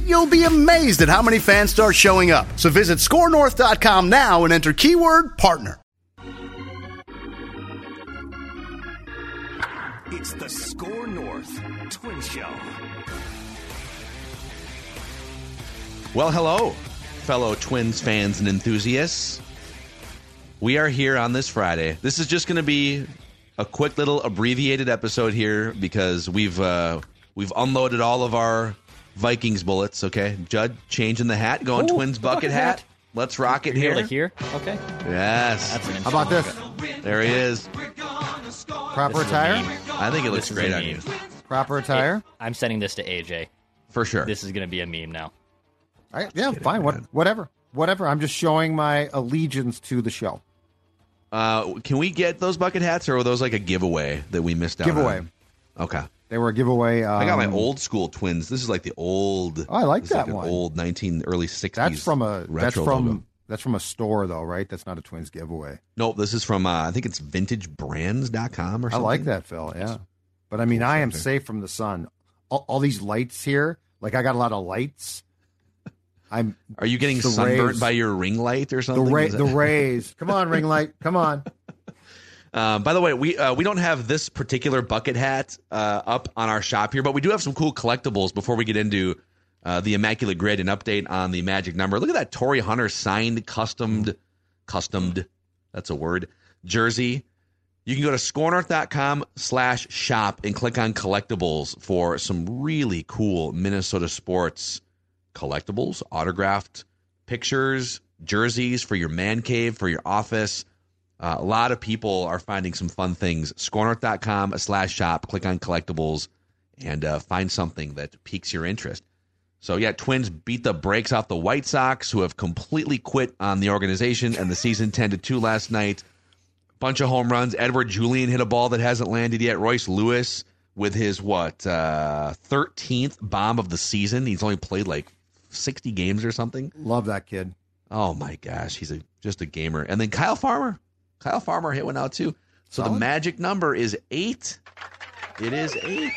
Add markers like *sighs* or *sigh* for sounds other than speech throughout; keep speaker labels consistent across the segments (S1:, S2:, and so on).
S1: you'll be amazed at how many fans start showing up. So visit scorenorth.com now and enter keyword partner.
S2: It's the Score North Twin Show.
S3: Well, hello, fellow Twins fans and enthusiasts. We are here on this Friday. This is just going to be a quick little abbreviated episode here because we've uh, we've unloaded all of our Vikings bullets. Okay, Judd changing the hat, going
S4: Ooh,
S3: Twins bucket,
S4: bucket
S3: hat.
S4: hat.
S3: Let's rock it
S4: Here,
S3: here.
S4: like here. Okay.
S3: Yes,
S4: That's an
S5: How about this?
S3: there he is.
S5: Proper
S4: This is a
S5: attire?
S4: meme.
S3: I think it looks
S4: This is
S3: great
S4: a
S3: on you
S4: meme.
S5: Proper attire?
S4: I'm sending this to AJ.
S3: for sure.
S4: This is going to be a meme now.
S5: I, yeah, fine. What, whatever. Whatever. I'm just showing my allegiance to the show.
S3: Uh, can we get those bucket hats, or were those like a giveaway that we missed out?
S5: Giveaway.
S3: on? Okay.
S5: They were a giveaway. Um,
S3: I got my old school twins. This is like the old.
S5: Oh, I like
S3: this is
S5: that
S3: an
S5: one.
S3: Old nineteen early sixties.
S5: That's from a. That's
S3: retro
S5: from.
S3: logo.
S5: That's from a store, though, right? That's not a Twins giveaway.
S3: Nope, this is from uh, I think it's vintagebrands.com or
S5: I
S3: something.
S5: like that, Phil. Yeah, but I mean, I am safe from the sun. All, all these lights here, like I got a lot of lights. I'm
S3: Are you getting
S5: The
S3: sunburnt
S5: rays.
S3: by your ring light or
S5: the
S3: something?
S5: ray,
S3: Is
S5: the
S3: that-
S5: rays. Come on, ring light.
S3: *laughs*
S5: Come on.
S3: Uh, by the way, we uh, we don't have this particular bucket hat uh, up on our shop here, but we do have some cool collectibles. Before we get into uh, the Immaculate Grid, an update on the Magic number. Look at that Tory Hunter signed, customed, customed. That's a word. Jersey. You can go to scorenorth.com slash shop and click on collectibles for some really cool Minnesota sports collectibles, autographed pictures, jerseys for your man cave, for your office. Uh, a lot of people are finding some fun things. Scorenorth.com slash shop. Click on collectibles and uh, find something that piques your interest. So, yeah, Twins beat the brakes off the White Sox, who have completely quit on the organization and the season *laughs* 10 to 2 last night. Bunch of home runs. Edward Julian hit a ball that hasn't landed yet. Royce Lewis with his, what, uh, 13th bomb of the season. He's only played like 60 games or something.
S5: Love that kid.
S3: Oh my gosh, he's a just a gamer. And then Kyle Farmer, Kyle Farmer hit one out too. So the
S5: Solid.
S3: magic number is eight. It is eight.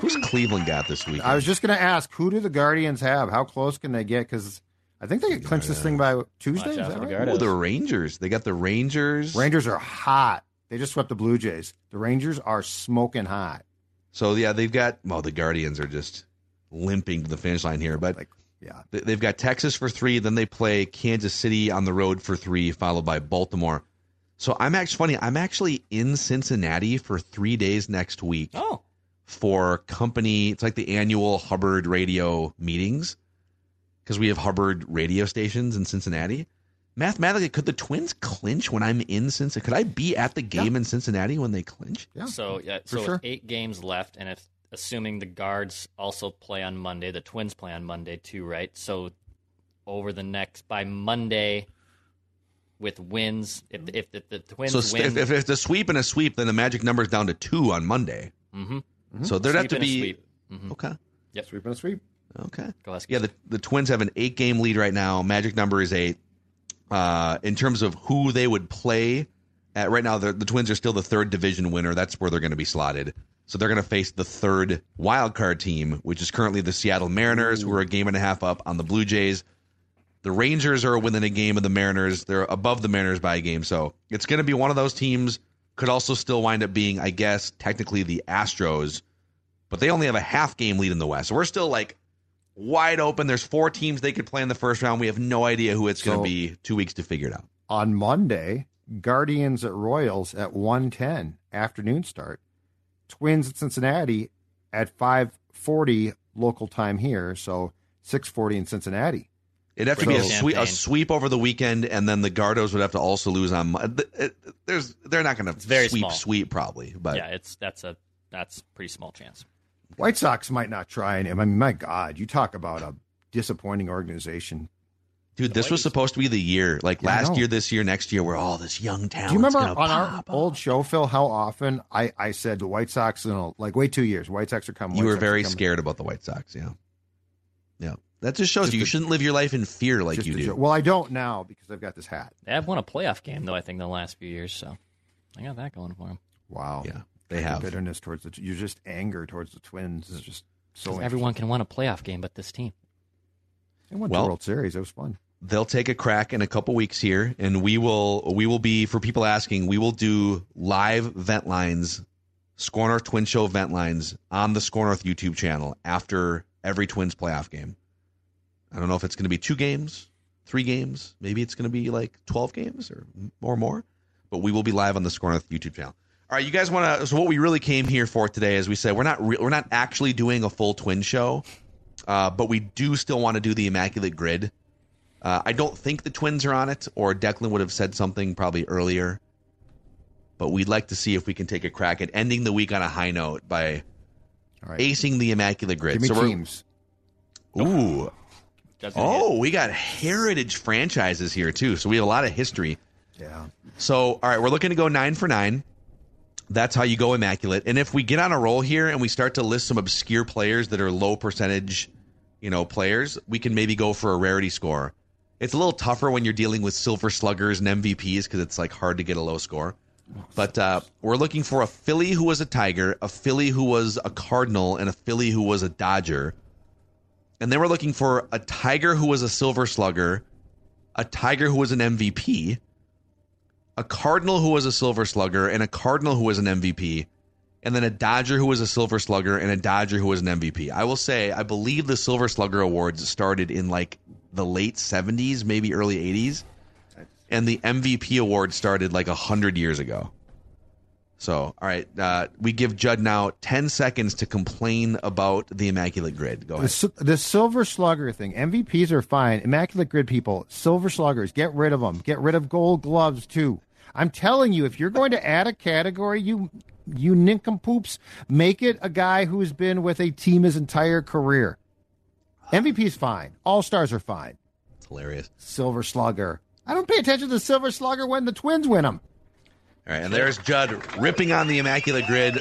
S3: Who's Cleveland got this week?
S5: I was just going to ask, who do the Guardians have? How close can they get? Because I think they could clinch this thing by Tuesday.
S4: Watch
S5: Is
S4: out
S5: that
S4: for the
S5: right?
S3: oh, the Rangers. They got the Rangers.
S5: Rangers are hot. They just swept the Blue Jays. The Rangers are smoking hot.
S3: So yeah, they've got. Well, the Guardians are just limping to the finish line here, but
S5: Like, yeah,
S3: They- They've got Texas for three, then they play Kansas City on the road for three, followed by Baltimore. So I'm actually funny. I'm actually in Cincinnati for three days next week.
S4: Oh.
S3: for company. It's like the annual Hubbard Radio meetings because we have Hubbard radio stations in Cincinnati. Mathematically, could the Twins clinch when I'm in Cincinnati? Could I be at the game in Cincinnati when they clinch?
S5: yeah.
S4: So yeah,
S5: For
S4: so with
S5: sure.
S4: eight games left, and if assuming the guards also play on Monday, the Twins play on Monday too, right? So over the next by Monday, with wins, if if, if the Twins
S3: So
S4: win,
S3: if, if, if the sweep and a sweep, then the magic number is down to two on Monday.
S4: hmm
S3: So there'd have to be
S4: hmm
S3: okay,
S5: sweep and a sweep.
S3: okay.
S4: Go ask
S3: Yeah, the, the Twins have an eight game lead right now. Magic number is eight. Uh, in terms of who they would play at right now, the, the Twins are still the third division winner. That's where they're going to be slotted. So they're going to face the third wild card team, which is currently the Seattle Mariners, who are a game and a half up on the Blue Jays. The Rangers are within a game of the Mariners. They're above the Mariners by a game. So it's going to be one of those teams. Could also still wind up being, I guess, technically the Astros, but they only have a half game lead in the West. So we're still like wide open. There's four teams they could play in the first round. We have no idea who it's going
S5: So-
S3: to be. Two weeks to figure it out.
S5: on Monday, Guardians at Royals at 1:10 afternoon start. Twins at Cincinnati at 5:40 local time here, so 6:40 in Cincinnati.
S3: It'd have to be a,
S5: So-
S3: sweep, a
S4: Champagne.
S3: sweep over the weekend, and then the Gardos would have to also lose on. Mon- th- it- There's they're not going to
S4: It's very
S3: sweep
S4: small.
S3: sweep probably, but
S4: yeah, it's that's a that's pretty small chance.
S5: White Sox might not try and I mean my god, you talk about a disappointing organization.
S3: dude, this was supposed to be the year. Like
S5: Yeah, I know.
S3: last year, this year, next year, where all this young talent.
S5: Do you remember on our old show Phil how often I I said the White Sox you know, like wait 2 years, White Sox are coming.
S3: You
S5: White
S3: were
S5: Sox are
S3: very
S5: coming.
S3: scared about the White Sox. Yeah, yeah. That just shows
S5: Just
S3: you you
S5: a-
S3: shouldn't live your life in fear like
S5: Just
S3: you
S5: a
S3: do.
S5: joke. Well, I don't now because I've got this hat.
S4: They have won a playoff game though. I think in the last few years, so I got that going for them.
S5: Wow.
S3: Yeah, they
S5: The
S3: have.
S5: bitterness towards the you're just anger towards the Twins is just so
S4: everyone can win a playoff game, but this team.
S5: They won
S3: Well-
S5: the World Series. It was fun.
S3: they'll take a crack in a couple weeks here and we will we will be for people asking we will do live vent lines score north twin show vent lines on the score north youtube channel after every twins playoff game i don't know if it's going to be two games three games maybe it's going to be like 12 games or or more but we will be live on the score north youtube channel all right you guys want to so what we really came here for today is we said we're not re- we're not actually doing a full twin show uh, but we do still want to do the immaculate grid uh, I don't think the Twins are on it, or Declan would have said something probably earlier. But we'd like to see if we can take a crack at ending the week on a high note by
S5: All right.
S3: acing the Immaculate Grid.
S5: Give me
S3: we're-
S5: teams.
S3: ooh,
S4: Doesn't
S3: oh, we got heritage franchises here too, so we have a lot of history.
S5: Yeah.
S3: So, all right, we're looking to go nine for nine. That's how you go immaculate. And if we get on a roll here and we start to list some obscure players that are low percentage, you know, players, we can maybe go for a rarity score. It's a little tougher when you're dealing with silver sluggers and MVPs because it's like hard to get a low score. But uh, we're looking for a Philly who was a Tiger, a Philly who was a Cardinal, and a Philly who was a Dodger. And then we're looking for a Tiger who was a Silver Slugger, a Tiger who was an MVP, a Cardinal who was a Silver Slugger, and a Cardinal who was an MVP, and then a Dodger who was a Silver Slugger, and a Dodger who was an MVP. I will say, I believe the Silver Slugger Awards started in like the late 70s, maybe early 80s, and the MVP award started like 100 years ago. So, all right, uh, we give Judd now 10 seconds to complain about the Immaculate Grid. Go
S5: The,
S3: ahead.
S5: sil- the Silver Slugger thing. MVPs are fine. Immaculate Grid people, Silver Sluggers, get rid of them. Get rid of Gold Gloves too. I'm telling you, if you're going to add a category, you you nincompoops, make it a guy who's been with a team his entire career. MVP is fine. All stars are fine.
S3: It's hilarious.
S5: Silver Slugger. I don't pay attention to the Silver Slugger when the Twins win them.
S3: All right, and there's Judd ripping on the Immaculate Grid.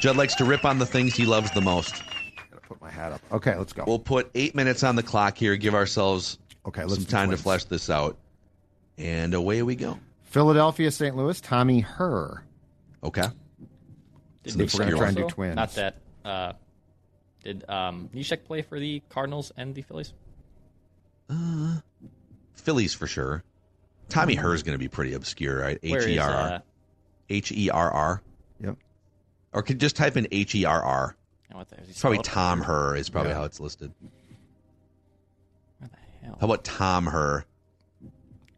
S3: Judd likes to rip on the things he loves the most.
S5: Gotta put my hat up. Okay, let's go.
S3: We'll put eight minutes on the clock here, give ourselves
S5: Okay, let's
S3: some
S5: do
S3: time to
S5: Twins.
S3: flesh this out. And away we go.
S5: Philadelphia, St. Louis, Tommy Herr.
S3: Okay.
S4: Did
S3: So they
S4: Nishek
S3: forgot to
S5: try and do
S4: also-
S5: twins.
S4: Not that. Uh, did um, Nishek play for the Cardinals and the Phillies?
S3: Phillies for sure.
S5: Mm-hmm.
S3: Tommy Herr is going to be pretty obscure, right?
S4: Where
S3: H
S4: is,
S3: E R
S4: uh,
S3: R. H E R R.
S5: Yep.
S3: Or could just type in H E R R.
S4: oh, what the- is he
S3: It's probably
S4: spelled-
S3: Tom Herr, is probably
S5: Yeah.
S3: how it's listed.
S4: Where the hell?
S3: How about Tom Herr?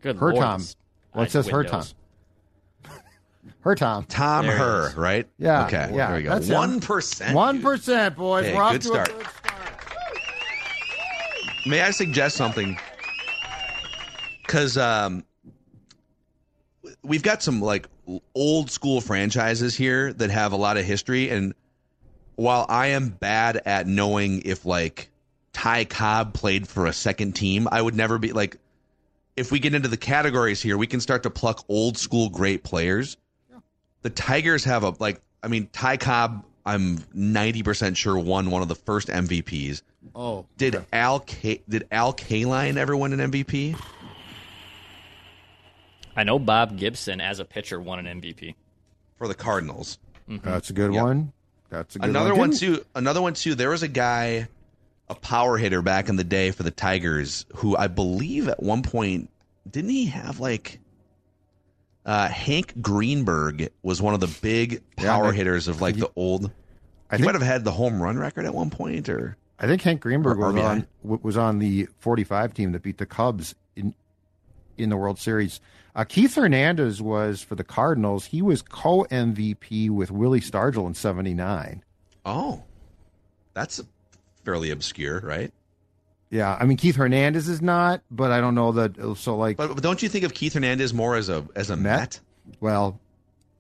S4: Good
S5: Her
S4: Lord,
S5: Tom.
S4: this-
S5: Well, it
S4: I-
S5: says her
S4: Windows.
S5: *laughs* Her Tom.
S3: Tom
S4: There it
S3: Herr,
S4: is.
S3: right?
S5: Yeah,
S3: Okay.
S5: yeah,
S3: there we go.
S5: that's him.
S3: 1%.
S5: One
S3: dude.
S5: percent, boys.
S3: Hey,
S5: We're off
S3: good
S5: to
S3: start.
S5: a good start.
S3: May I suggest something? Because um, w- we've got some like l- old school franchises here that have a lot of history, and while I am bad at knowing if like Ty Cobb played for a second team, I would never be like. If we get into the categories here, we can start to pluck old school great players. The Tigers have a like. I mean, Ty Cobb. I'm 90% sure won one of the first MVPs.
S5: Oh,
S3: Did Al K- did Al Kaline ever win an MVP?
S4: I know Bob Gibson as a pitcher won an MVP.
S3: For the Cardinals.
S5: that's a good
S3: Yeah.
S5: one. That's a good
S3: Another one
S5: Didn't-
S3: too another one too. There was a guy, a power hitter back in the day for the Tigers, who I believe at one point didn't he have like uh, Hank Greenberg was one of the big
S5: Yeah, I
S3: power
S5: think-
S3: hitters of like the old. he
S5: I think-
S3: might have had the home run record at one point, or
S5: I think Hank Greenberg
S3: Or
S5: was
S3: RBI.
S5: on w- was on the 45 team that beat the Cubs in in the World Series. Uh, Keith Hernandez was for the Cardinals. He was co MVP with Willie Stargell in '79.
S3: Oh, that's fairly obscure, right?
S5: Yeah, I mean Keith Hernandez is not, but I don't know that. uh, So like,
S3: But, but don't you think of Keith Hernandez more as a as a Met?
S5: Met? well,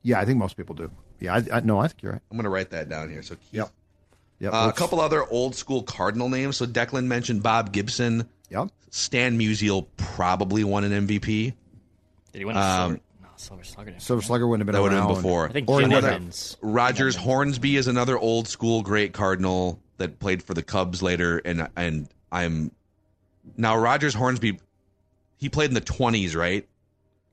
S5: yeah, I think most people do. Yeah, I, I no, I think you're right.
S3: I'm gonna write that down here. So Keith.
S5: Yep. Yep,
S3: Uh, a
S5: let's-
S3: couple other old school Cardinal names. So Declan mentioned Bob Gibson.
S5: Yep.
S3: Stan Musial probably won an MVP.
S4: Did he win a
S3: Um,
S4: silver? No, silver slugger. didn't.
S5: Silver Slugger wouldn't have
S3: That
S5: been
S3: would have
S5: around
S3: been before.
S4: I think
S5: or
S4: Jim
S5: another-
S4: Evans.
S3: Rogers Hornsby is another old school great Cardinal that played for the Cubs later, and and I'm now Rogers Hornsby. He played in the 20s, right?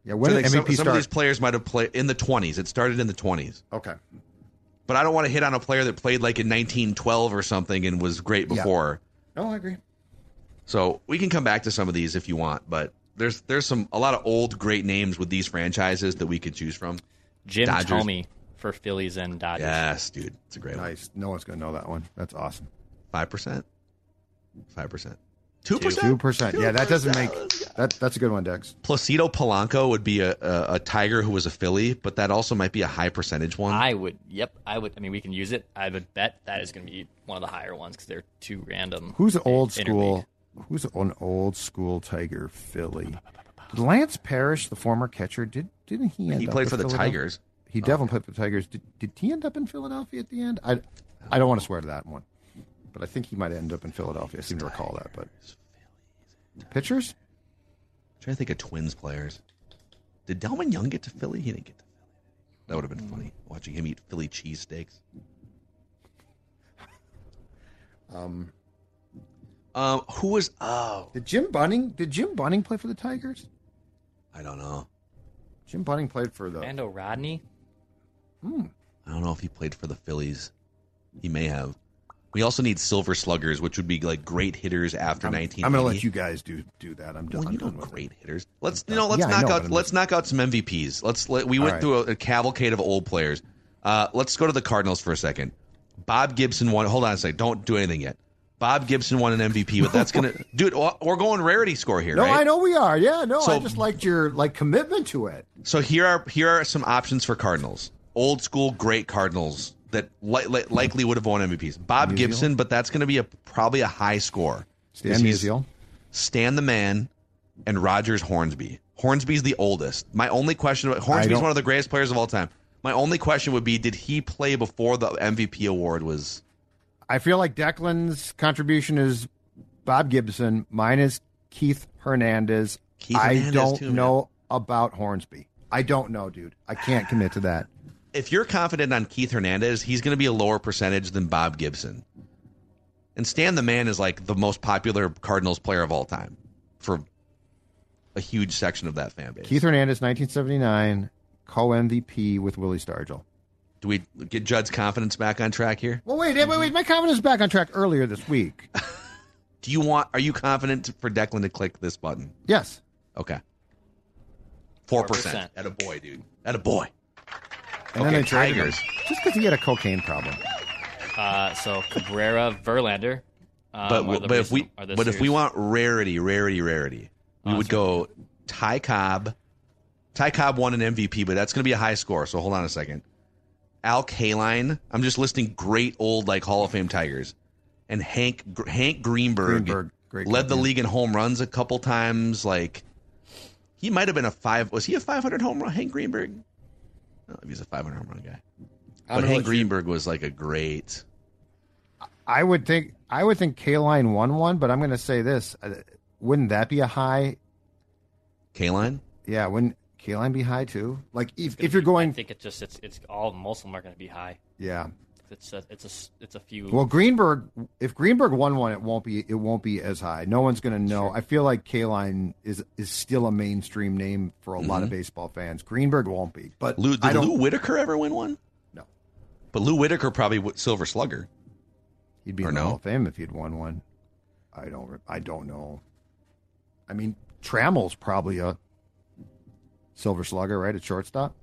S5: Yeah, when
S3: So I
S5: did
S3: think
S5: MVP
S3: some, some of
S5: start?
S3: these players might have played in the 20s. It started in the 20s.
S5: Okay,
S3: But I don't want to hit on a player that played like in 1912 or something and was great
S5: Yeah.
S3: before.
S5: no, I agree.
S3: So we can come back to some of these if you want, but there's there's some a lot of old great names with these franchises that we could choose from.
S4: Jim
S3: Dodgers.
S4: Tomey for Phillies and Dodgers.
S3: Yes, dude, it's a great one.
S5: Nice. No one's gonna know that one. That's awesome.
S3: Five percent, five percent, two
S5: Two
S3: percent,
S5: percent. Yeah, that doesn't make that. That's a good one, Dex.
S3: Placido Polanco would be a, a a Tiger who was a Philly, but that also might be a high percentage one.
S4: I would. Yep, I would. I mean, we can use it. I would bet that is going to be one of the higher ones because they're too random.
S5: Who's an old
S4: Interleague.
S5: school? Who's an old school Tiger Philly? Did Lance Parrish, the former catcher, did didn't he? End
S3: he
S5: up
S3: played
S5: with
S3: for the
S5: Philadelphia?
S3: Tigers.
S5: He definitely played for the Tigers. Did, did he end up in Philadelphia at the end? I I don't want to swear to that one, but I think he might end up in Philadelphia. I seem to recall that. But pitchers?
S3: I'm trying to think of Twins players. Did Delman Young get to Philly? He didn't get to Philly. That would have been funny watching him eat Philly cheesesteaks.
S5: Um,
S3: Um, who was? Oh,
S5: did Jim Bunning? Did Jim Bunning play for the Tigers?
S3: I don't know.
S5: Jim Bunning played for the.
S4: Orlando Rodney.
S3: I don't know if he played for the Phillies. He may have. We also need silver sluggers, which would be like great hitters after
S5: I'm,
S3: 1980.
S5: I'm gonna let you guys do do that. I'm done.
S3: Well,
S5: I'm
S3: you know
S5: done with it.
S3: great hitters. Let's you know. Let's
S5: Yeah, I
S3: knock
S5: know, but
S3: out.
S5: I'm
S3: Let's knock out some MVPs. Let's let we
S5: All
S3: went
S5: right.
S3: through a, a cavalcade of old players. Uh, let's go to the Cardinals for a second. Bob Gibson won. Hold on a second. Don't do anything yet. Bob Gibson won an MVP, but that's
S5: *laughs*
S3: gonna, dude. we're- We're going rarity score here,
S5: No,
S3: right?
S5: I know we are. Yeah, no, I
S3: So-
S5: just liked your like commitment to it.
S3: So here are here are some options for Cardinals. Old school great Cardinals that li- li- likely would have won MVPs. Bob Gibson, but that's going to be a probably a high score.
S5: Stan
S3: Because he's-
S5: Musial.
S3: Stan the man, and Rogers Hornsby. Hornsby's the oldest. My only question about Hornsby's
S5: don't-
S3: one of the greatest players of all time. My only question would be: Did he play before the MVP award was?
S5: I feel like Declan's contribution is Bob Gibson minus Keith Hernandez.
S3: Keith
S5: I
S3: Hernandez,
S5: don't
S3: too, man.
S5: know about Hornsby. I don't know, dude. I can't commit
S3: *sighs*
S5: to that.
S3: If you're confident on Keith Hernandez, he's going to be a lower percentage than Bob Gibson. And Stan the man is like the most popular Cardinals player of all time for a huge section of that fan base.
S5: Keith Hernandez, 1979, co MVP with Willie Stargell.
S3: Do we get Judd's confidence back on track here?
S5: Well, wait, wait, wait. My comment is back on track earlier this week.
S3: Do you want? Are you confident for Declan to click this button?
S5: *laughs* Yes.
S3: Okay. Four
S4: 4%.
S3: percent. At a boy, dude. At a boy.
S5: And
S3: okay,
S5: they traded him.
S3: Tigers.
S5: Just because he had a cocaine problem.
S4: Uh, so Cabrera, Verlander. Um,
S3: But, w-
S4: are the
S3: but if we
S4: recent- are the Oh,
S3: but if we
S4: series-
S3: want rarity, rarity, rarity, we would go Ty Cobb. Ty Cobb won an MVP, but that's going to be a high score. So hold on a second. Al Kaline. I'm just listing great old like Hall of Fame Tigers, and Hank Gr- Hank Greenberg,
S5: Greenberg, great
S3: led the
S5: captain.
S3: league in home runs a couple times. Like he might have been a five. Was he a 500 home run? Hank Greenberg. I don't know if he's a 500 home run guy. But Hank Greenberg was like a great.
S5: I would think I would think K Line won one, but I'm going to say this: uh, wouldn't that be a high?
S3: K-line?
S5: Yeah, wouldn't K Line be high too? Like if,
S4: Gonna
S5: if you're
S4: be- I
S5: going,
S4: think it's just it's it's all most of them are going to be high.
S5: yeah.
S4: It's a it's a s- it's a few.
S5: Well, Greenberg, if Greenberg won one, it won't be it won't be as high. No one's going to know. I feel like K Line is is still a mainstream name for a lot of baseball fans. Greenberg won't be, but
S3: Mm-hmm. Lou,
S5: I
S3: did
S5: don't.
S3: Lou Whitaker ever win one?
S5: No.
S3: But Lou Whitaker probably w- Silver Slugger.
S5: He'd be
S3: Or
S5: in the
S3: no?
S5: Hall of Fame if he'd won one. I don't. re- I don't know. I mean, Trammell's probably a Silver Slugger, right? At shortstop.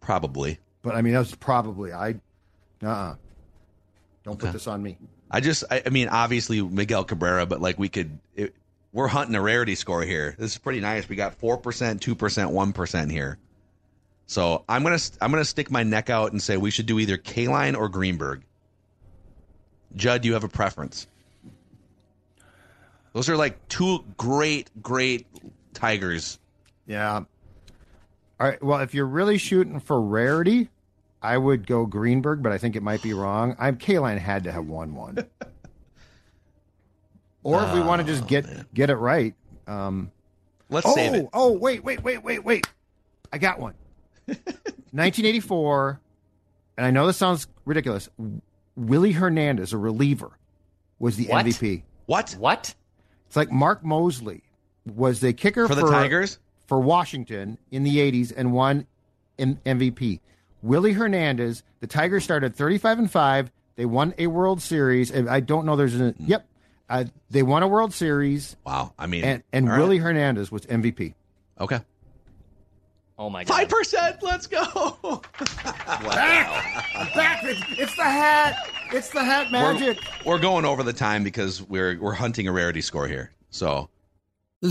S3: Probably.
S5: But I mean, that's probably I. Uh. uh Don't put this on me.
S3: I just, I, I mean, obviously Miguel Cabrera, but like we could, it, we're hunting a rarity score here. This is pretty nice. We got four percent, two percent, one percent here. So I'm gonna, st- I'm gonna stick my neck out and say we should do either Kaline or Greenberg. Judd, do you have a preference? Those are like two great, great tigers.
S5: Yeah. All right. Well, if you're really shooting for rarity, I would go Greenberg, but I think it might be wrong. I'm Kaline had to have won one.
S3: *laughs*
S5: or if we want to
S3: Oh,
S5: just get get it right. Um,
S3: Let's
S5: oh,
S3: save it.
S5: oh, wait, wait, wait, wait, wait. I got
S3: *laughs*
S5: one. 1984, and I know this sounds ridiculous. Willie Hernandez, a reliever, was the
S4: What?
S5: MVP.
S3: What
S4: What?
S5: It's like Mark Mosley was the kicker
S3: for the Tigers?
S5: for Washington in the 80s and won an MVP. Willie Hernandez, the Tigers started 35 and 5. They won a World Series. And I don't know there's an yep. Uh, they won a World Series
S3: Wow. I mean,
S5: and and
S3: all right.
S5: Willie Hernandez was MVP.
S3: Okay.
S4: Oh my god.
S3: Five percent. Let's go.
S5: Back it's the hat. It's the hat
S3: *laughs* We're,
S5: Oh
S3: we're going over the time because we're we're hunting a rarity score here. So
S6: This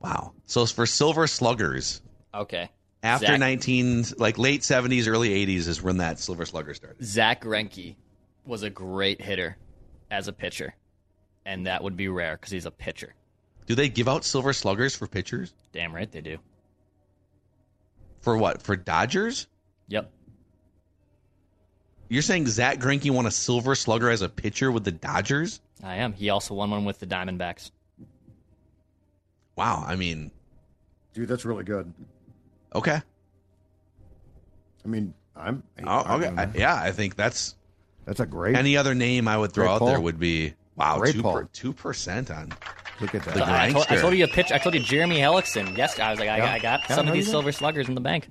S3: Wow. So it's for Silver Sluggers,
S4: Okay.
S3: after
S4: Zach-
S3: 19, like late 70s, early 80s is when that Silver Slugger started.
S4: Zach Greinke was a great hitter as a pitcher, and that would be rare because he's a pitcher.
S3: Do they give out Silver Sluggers for pitchers?
S4: Damn right they do.
S3: For what? For Dodgers?
S4: Yep.
S3: You're saying Zach Greinke won a Silver Slugger as a pitcher with the Dodgers?
S4: I am. He also won one with the Diamondbacks.
S3: Wow. I mean,
S5: Dude, that's really good.
S3: okay.
S5: I mean, I'm
S3: Oh, okay. I- yeah, I think that's
S5: That's a great
S3: any other name I would throw
S5: Great
S3: out
S5: poll.
S3: there would be wow
S5: Great
S3: two
S5: poll.
S3: per, two percent on.
S5: look at
S3: The
S5: that.
S4: I told, I
S3: Greinster.
S4: told you a pitch. I told you Jeremy Hellickson. Yes, I was like, I,
S5: Yeah.
S4: I got
S5: Yeah,
S4: some
S5: no,
S4: of
S5: you
S4: these
S5: did.
S4: silver sluggers in the bank.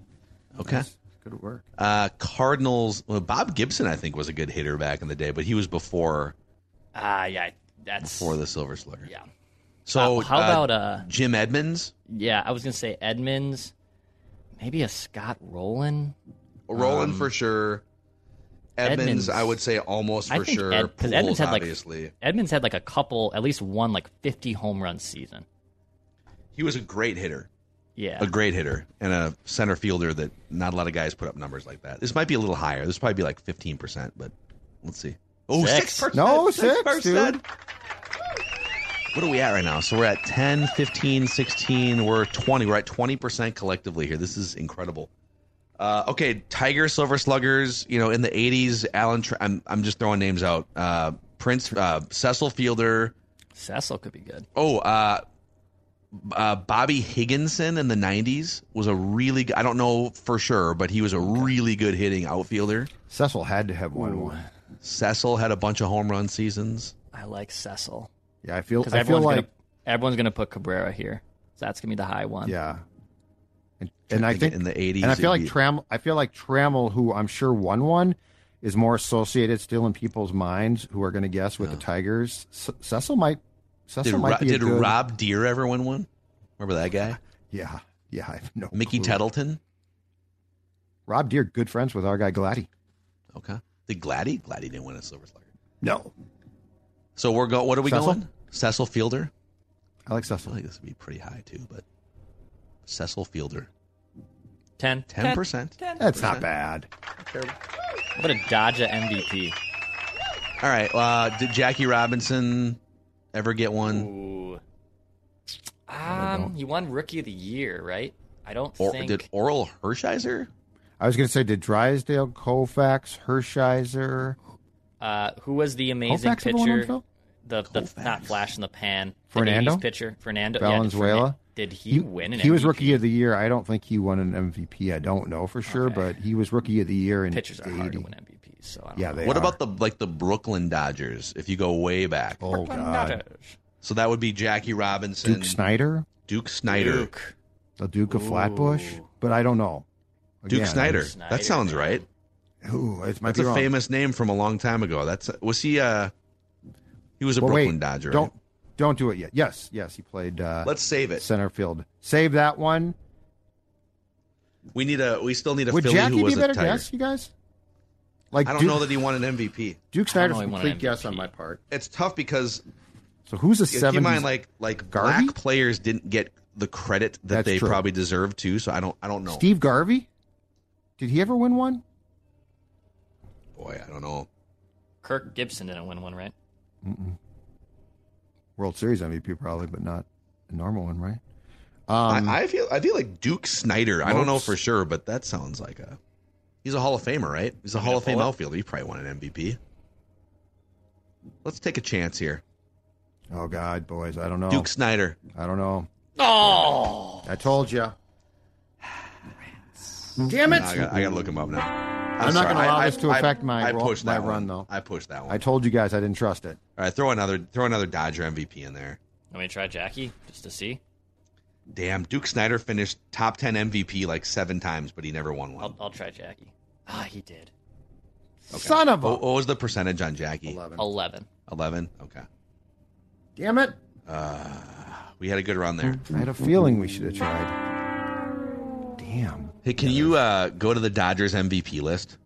S3: Okay.
S5: Good work.
S3: Uh, Cardinals. Well, Bob Gibson, I think, was a good hitter back in the day, but he was before
S4: Ah, yeah, that's
S3: before the Silver Slugger.
S4: yeah.
S3: So
S4: Uh, how
S3: uh,
S4: about uh,
S3: Jim Edmonds?
S4: yeah? I was gonna say Edmonds, maybe a Scott Rowland.
S3: Roland for sure. Edmonds,
S4: Um, Edmonds.
S3: I would say almost
S4: I
S3: for
S4: think
S3: sure.
S4: Ed- 'cause
S3: Pools,
S4: Edmonds had, like,
S3: obviously.
S4: Edmonds had like a couple, at least one like fifty home run season.
S3: He was a great hitter.
S4: Yeah,
S3: a great hitter and a center fielder that not a lot of guys put up numbers like that. This might be a little higher. This probably be like fifteen percent, but let's see. Oh,
S4: Six.
S3: six percent.
S5: No, six, dude.
S3: What are we at right now? So we're at 10, 15, 16, we're 20. We're at 20% collectively here. This is incredible. Uh, okay, Tiger Silver Sluggers, you know, in the 80s, Alan, Tr- I'm, I'm just throwing names out. Uh, Prince, uh, Cecil Fielder.
S4: Cecil could be good.
S3: Oh, uh, uh, Bobby Higginson in the '90s was a really. Good, I don't know for sure, but he was a really good hitting outfielder.
S5: Cecil had to have won one.
S3: Cecil had a bunch of home run seasons.
S4: I like Cecil
S5: Yeah, I feel
S4: because
S5: I feel
S4: everyone's
S5: like
S4: gonna everyone's gonna put Cabrera here. So that's gonna be the high one.
S5: Yeah. And, and I think
S3: in the '80s,
S5: and I feel
S3: it'd
S5: like
S3: be-
S5: Trammell I feel like Trammell, who I'm sure won one, is more associated still in people's minds who are going to guess with the Tigers. Ce- Cecil might Cecil
S3: did,
S5: might
S3: Ro-
S5: be a
S3: did
S5: good-
S3: Rob Deere ever win one? Remember that guy,
S5: Yeah, yeah, I have no
S3: Mickey
S5: clue.
S3: Tettleton?
S5: Rob Deere, good friends with our guy Gladdy.
S3: Okay, did Gladdy? Gladdy didn't win a Silver Slugger.
S5: No,
S3: So we're going. What are we
S5: Cecil?
S3: going? Cecil Fielder.
S5: I like
S3: I feel
S5: Cecil.
S3: like this would be pretty high too, but Cecil Fielder,
S4: ten.
S3: ten percent.
S5: That's not bad.
S4: What a Dodger MVP.
S3: All right. Uh, did Jackie Robinson ever get one?
S4: Ooh. Um, he won Rookie of the Year, right? I don't
S3: Or
S4: think.
S3: did Oral Hershiser?
S5: I was going to say, did Drysdale, Koufax, Hershiser,
S4: uh, who was the amazing
S5: Koufax have won one,
S4: pitcher?
S5: Phil?
S4: The, the
S3: Koufax.
S4: not flash in the pan. The
S5: Fernando?
S4: 80s pitcher Fernando yeah, did Fernan-
S5: Valenzuela?
S4: Did he,
S5: He,
S4: win? An
S5: he was
S4: MVP?
S5: rookie of the year. I don't think he won an MVP. I don't know for sure,
S4: Okay.
S5: but he was rookie of the year in
S4: Pitchers are hard to
S5: 80.
S4: win MVPs, so I don't
S5: Yeah,
S4: know.
S5: they
S3: what
S5: are.
S3: about the like the Brooklyn Dodgers? If you go way back,
S5: oh
S3: Uh,
S5: god,
S3: so that would be Jackie Robinson,
S5: Duke Snyder,
S3: Duke Snyder. Duke,
S4: Duke.
S5: the Duke of Flatbush,
S4: Ooh.
S5: but I don't know. Again,
S3: Snyder.
S4: Snyder,
S3: That sounds
S4: man.
S3: right.
S5: Ooh, it might
S3: That's
S5: be
S3: a
S5: wrong.
S3: famous name from a long time ago. That's was he? uh He was a
S5: Well,
S3: Brooklyn
S5: wait,
S3: Dodger. right?
S5: Don't don't do it yet. Yes, yes, he played uh,
S3: Let's save it.
S5: center field. Save that one.
S3: We need a. We still need a
S5: Would
S3: Philly
S5: Jackie
S3: who
S5: be
S3: was
S5: better
S3: a Tiger.
S5: guess, you guys? Like
S3: I don't
S5: Duke,
S3: know that he won an MVP.
S5: Duke
S4: I don't know
S5: Snyder's
S4: he won
S5: a
S4: an
S5: complete guess on
S4: MVP.
S5: my part.
S3: It's tough because
S5: So who's a
S3: Yeah, Keep in
S5: seven?
S3: mind, like like
S5: Garvey?
S3: black players didn't get the credit that
S5: That's
S3: they
S5: true.
S3: probably deserve to. So I don't I don't know.
S5: Steve Garvey? Did he ever win one?
S3: Boy, I don't know.
S4: Kirk Gibson didn't win one, right?
S5: World Series MVP probably, but not a normal one, right? Um,
S3: I, I feel I feel like Duke Snyder. I don't know
S5: Lopes.
S3: for sure, but that sounds like a. He's a Hall of Famer, right? He's a
S4: me
S3: Hall
S4: to
S3: of Fame
S4: pull it?
S3: outfielder. He probably won an MVP. Let's take a chance here.
S5: Oh God, boys, I don't know.
S3: Duke Snyder.
S5: I don't know.
S4: Oh,
S5: I told you. *sighs* Damn it!
S3: I got, I got to look him up now.
S5: I'm not
S3: sorry.
S5: gonna allow
S3: I-
S5: this to
S3: I-
S5: affect my
S3: I
S5: ro-
S3: pushed
S5: my
S3: that one.
S5: run, though.
S3: I pushed that one.
S5: I told you guys I didn't trust it.
S3: All right, throw another throw another Dodger MVP in there.
S4: let me to try Jackie just to see.
S3: Damn, Duke Snyder finished top ten MVP like seven times, but he never won one.
S4: I'll, I'll try Jackie. Ah, he did.
S5: Son of a
S3: Oh, What, what was the percentage on Jackie?
S5: 11.
S4: 11.
S3: 11? Okay.
S5: Damn it!
S3: We had a good run there.
S4: Hmm.
S5: I had a feeling we should have tried. Damn.
S3: Hey, can you uh, go to the Dodgers MVP list?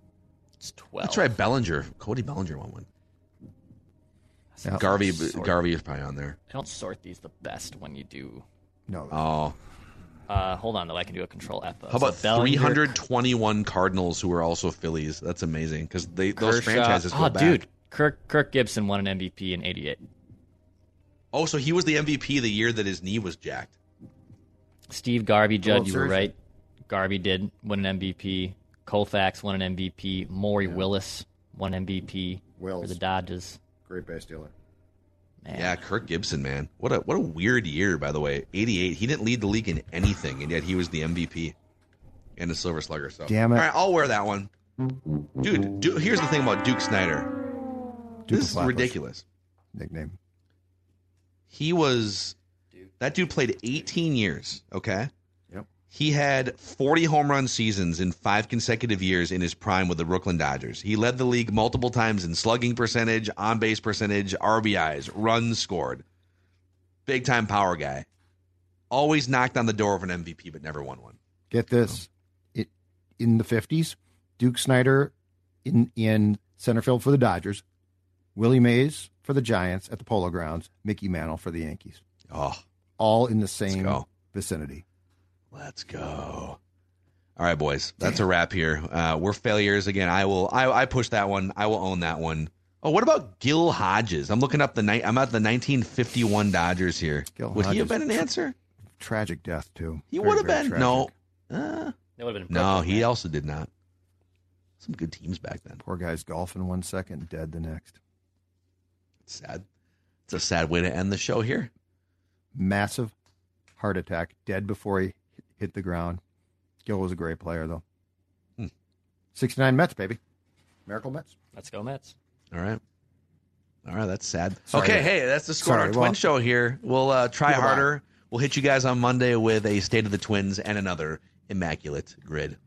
S4: It's 12.
S3: Let's try Bellinger. Cody Bellinger won one.
S5: Yeah.
S3: Garvey uh,
S4: Sorry.
S3: Garvey is probably on there.
S4: I don't sort these the best when you do.
S5: No.
S3: Oh.
S4: Uh, hold on, though. I can do a control F. though.
S3: How about
S4: So Bellinger-
S3: 321 Cardinals who are also Phillies? That's amazing because they those
S4: Kershaw.
S3: franchises go
S4: oh,
S3: back.
S4: dude. Kirk, Kirk Gibson won an MVP in 88.
S3: Oh, so he was the MVP the year that his knee was jacked.
S4: Steve Garvey, Judd,
S5: World
S4: you were
S5: Series.
S4: right. Garvey did win an MVP. Colfax won an MVP. Maury Willis won MVP for
S5: Wills.
S4: the Dodgers.
S5: Great base dealer.
S4: Man.
S3: Yeah, Kirk Gibson, man. What a what a weird year, by the way. 88. He didn't lead the league in anything, and yet he was the MVP and a Silver Slugger. So
S5: Damn it.
S3: All right, I'll wear that one, dude. Du- here's the thing about Duke Snyder.
S5: Duke
S3: this is
S5: Flatbush.
S3: ridiculous.
S5: Nickname.
S3: He was that dude played 18 years. Okay.
S5: Yep.
S3: He had 40 home run seasons in five consecutive years in his prime with the Brooklyn Dodgers. He led the league multiple times in slugging percentage, on base percentage, RBIs, runs scored. Big time power guy. Always knocked on the door of an MVP, but never won one.
S5: Get this.
S3: Oh.
S5: It in the fifties, Duke Snyder in in center field for the Dodgers, Willie Mays for the Giants at the Polo Grounds, Mickey Mantle for the Yankees.
S3: Oh,
S5: All in the same
S3: go.
S5: vicinity.
S3: Let's go. All right, boys. That's a wrap here. Uh, we're failures again. I will. I, I push that one. I will own that one. Oh, what about Gil Hodges? I'm looking up the night. I'm at the 1951 Dodgers here.
S5: Gil
S3: would he have
S5: Hodges.
S3: been an answer?
S5: Tragic death too.
S3: He
S5: Very,
S3: would have
S5: very
S3: been. No.
S5: tragic.
S3: Uh,
S4: That would have been
S3: no,
S4: Brooklyn,
S3: he
S4: right?
S3: also did not. Some good teams back then.
S5: Poor guy's golfing one second, dead the next.
S3: It's sad. It's a sad way to end the show here.
S5: Massive heart attack, dead before he hit the ground. Gil was a great player though.
S3: Hmm.
S5: Sixty nine Mets, baby. Miracle Mets.
S4: Let's go, Mets.
S3: All right. All right, that's sad.
S5: Sorry.
S3: Okay, hey, that's the score on our
S5: Sorry,
S3: twin
S5: well-
S3: show here. We'll uh, try
S5: Goodbye.
S3: harder. We'll hit you guys on Monday with a state of the twins and another immaculate grid.